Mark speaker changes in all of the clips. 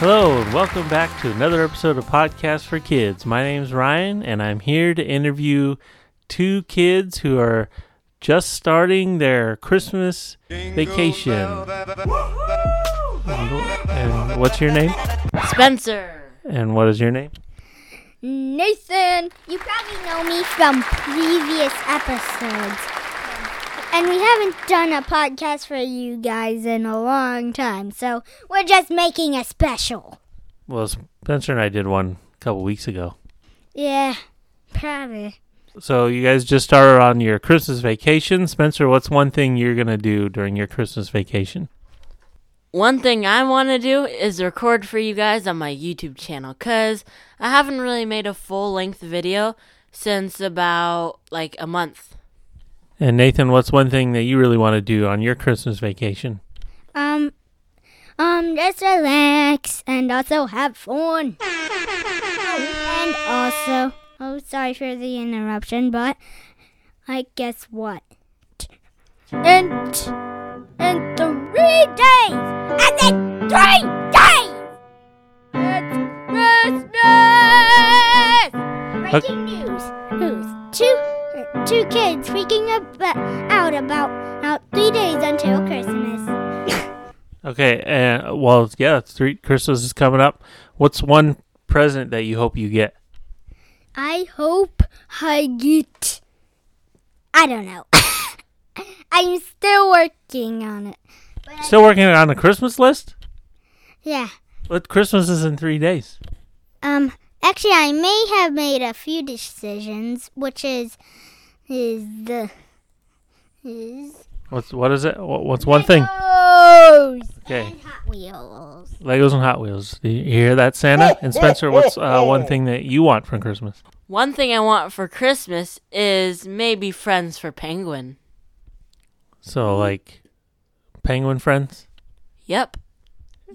Speaker 1: Hello, and welcome back to another episode of Podcast for Kids. My name's Ryan, and I'm here to interview two kids who are just starting their Christmas vacation. And what's your name?
Speaker 2: Spencer.
Speaker 1: And what is your name?
Speaker 3: Nathan.
Speaker 4: You probably know me from previous episodes. And we haven't done a podcast for you guys in a long time, so we're just making a special.
Speaker 1: Well, Spencer and I did one a couple weeks ago.
Speaker 4: Yeah, probably.
Speaker 1: So you guys just started on your Christmas vacation. Spencer, what's one thing you're gonna do during your Christmas vacation?
Speaker 2: One thing I want to do is record for you guys on my YouTube channel because I haven't really made a full length video since about like a month.
Speaker 1: And Nathan, what's one thing that you really want to do on your Christmas vacation?
Speaker 4: Um, um, just relax and also have fun. and also, oh, sorry for the interruption, but I guess what? And in three days, and then three days, it's Christmas. Breaking news: Who's two? Two kids freaking ab- out about out three days until Christmas.
Speaker 1: Okay, uh, well, yeah, it's three, Christmas is coming up. What's one present that you hope you get?
Speaker 4: I hope I get. I don't know. I'm still working on it.
Speaker 1: Still working on the Christmas list?
Speaker 4: Yeah.
Speaker 1: But Christmas is in three days.
Speaker 4: Um. Actually, I may have made a few decisions, which is is the is
Speaker 1: What's what is it? What- What's one thing?
Speaker 4: Legos
Speaker 1: Okay,
Speaker 4: and Hot Wheels.
Speaker 1: Legos and Hot Wheels. Do you hear that, Santa? And Spencer, what's uh, one thing that you want from Christmas?
Speaker 2: One thing I want for Christmas is maybe friends for Penguin.
Speaker 1: So, like, penguin friends
Speaker 2: Yep.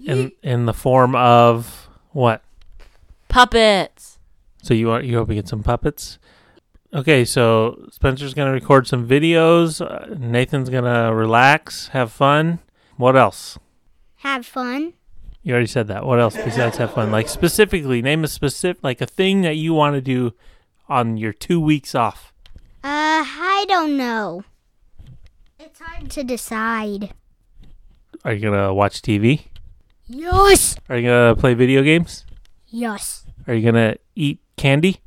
Speaker 1: in in the form of what?
Speaker 2: Puppets.
Speaker 1: So you want you hope you get some puppets. Okay, so Spencer's gonna record some videos. Uh, Nathan's gonna relax, have fun. What else?
Speaker 4: Have fun.
Speaker 1: You already said that. What else besides have fun? Like specifically, name a specific like a thing that you want to do on your two weeks off.
Speaker 4: Uh, I don't know. It's hard to decide.
Speaker 1: Are you gonna watch TV?
Speaker 4: Yes.
Speaker 1: Are you gonna play video games?
Speaker 4: Yes.
Speaker 1: Are you gonna eat candy?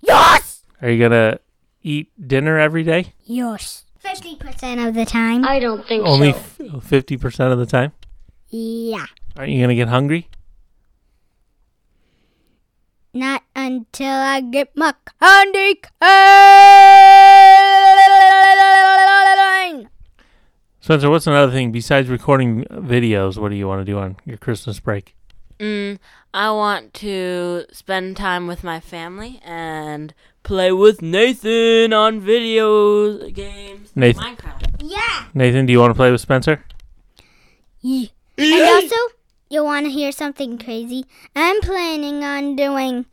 Speaker 4: Yes.
Speaker 1: Are you gonna eat dinner every day?
Speaker 4: Yes. Fifty percent of the time.
Speaker 3: I don't think
Speaker 1: Only
Speaker 3: so.
Speaker 1: fifty percent of the time.
Speaker 4: yeah.
Speaker 1: Aren't you gonna get hungry?
Speaker 4: Not until I get my candy cane.
Speaker 1: Spencer, what's another thing besides recording videos? What do you want to do on your Christmas break?
Speaker 2: Mm, I want to spend time with my family and play with Nathan on video games.
Speaker 1: Nathan.
Speaker 2: Minecraft.
Speaker 4: Yeah.
Speaker 1: Nathan, do you want to play with Spencer?
Speaker 4: Yeah. And also, you want to hear something crazy? I'm planning on doing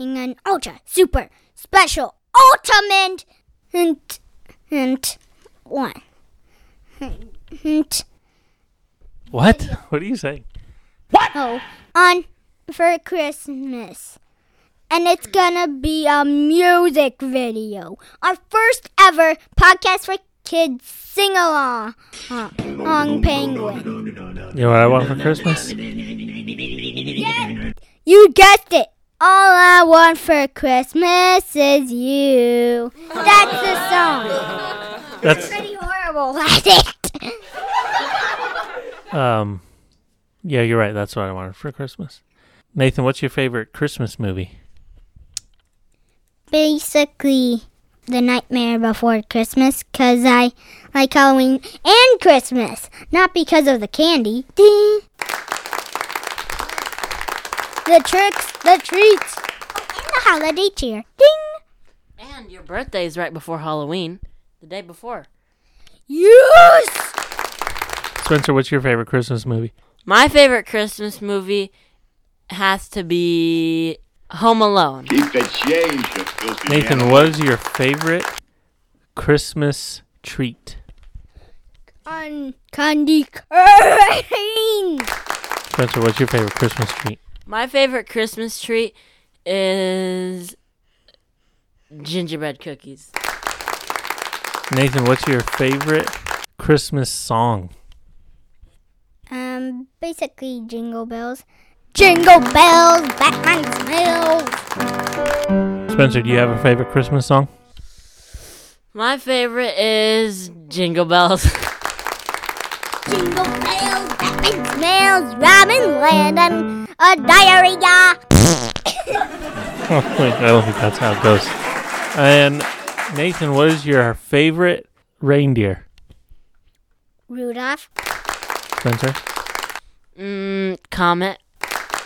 Speaker 4: an ultra super special ultimate hint hint one hint
Speaker 1: What? What are you saying?
Speaker 4: oh on for Christmas. And it's gonna be a music video. Our first ever podcast for kids sing along on Penguin.
Speaker 1: You know what I want for Christmas?
Speaker 4: You guessed it. All I want for Christmas is you. That's the song.
Speaker 1: That's
Speaker 4: Pretty horrible at it.
Speaker 1: um Yeah, you're right. That's what I wanted for Christmas. Nathan, what's your favorite Christmas movie?
Speaker 4: Basically, the nightmare before Christmas because I like Halloween and Christmas, not because of the candy. Ding. The tricks, the treats, and the holiday cheer. Ding.
Speaker 2: And your birthday is right before Halloween, the day before.
Speaker 4: Yes.
Speaker 1: Spencer, what's your favorite Christmas movie?
Speaker 2: My favorite Christmas movie has to be Home Alone.
Speaker 5: Keep the change, you filthy
Speaker 1: Nathan,
Speaker 5: animal.
Speaker 1: what is your favorite Christmas treat?
Speaker 4: on candy cane.
Speaker 1: Spencer, what's your favorite Christmas treat?
Speaker 2: My favorite Christmas treat is gingerbread cookies.
Speaker 1: Nathan, what's your favorite Christmas song?
Speaker 4: Um, basically jingle bells. Jingle bells, Batman smells.
Speaker 1: Spencer, do you have a favorite Christmas song?
Speaker 2: My favorite is Jingle Bells.
Speaker 4: Jingle bells, Batman smells. Robin Landon, a diarrhea.
Speaker 1: I don't think that's how it goes. And Nathan, what is your favorite reindeer?
Speaker 4: Rudolph,
Speaker 1: Spencer,
Speaker 2: Mm, Comet.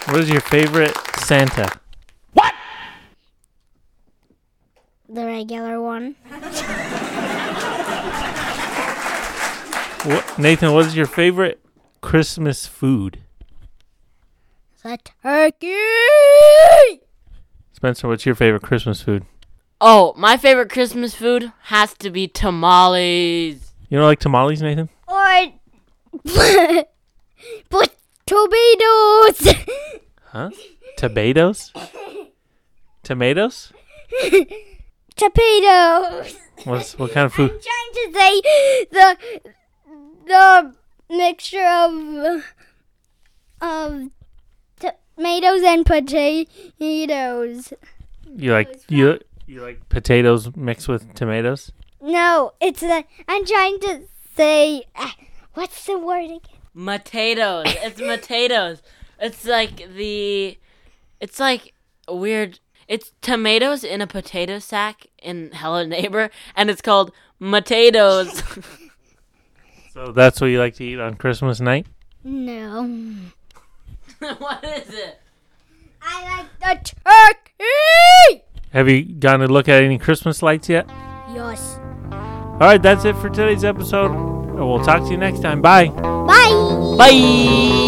Speaker 1: what is your favorite Santa?
Speaker 4: the regular one.
Speaker 1: What, Nathan, what is your favorite Christmas food?
Speaker 4: The turkey.
Speaker 1: Spencer, what's your favorite Christmas food?
Speaker 2: Oh, my favorite Christmas food has to be tamales.
Speaker 1: You don't like tamales, Nathan?
Speaker 4: Or put tomatoes.
Speaker 1: Huh? Tomatoes? Tomatoes?
Speaker 4: Tomatoes.
Speaker 1: What's what kind of food?
Speaker 4: trying to say the the mixture of of tomatoes and potatoes.
Speaker 1: You like you you like potatoes mixed with tomatoes?
Speaker 4: No, it's the I'm trying to say ah, what's the word again?
Speaker 2: Potatoes. It's potatoes. It's like the. It's like a weird. It's tomatoes in a potato sack in Hello Neighbor, and it's called potatoes.
Speaker 1: So that's what you like to eat on Christmas night?
Speaker 4: No.
Speaker 2: what is it?
Speaker 4: I like the turkey.
Speaker 1: Have you gone to look at any Christmas lights yet?
Speaker 4: Yes.
Speaker 1: All right, that's it for today's episode. We'll talk to you next time. Bye.
Speaker 4: Bye.
Speaker 2: Bye.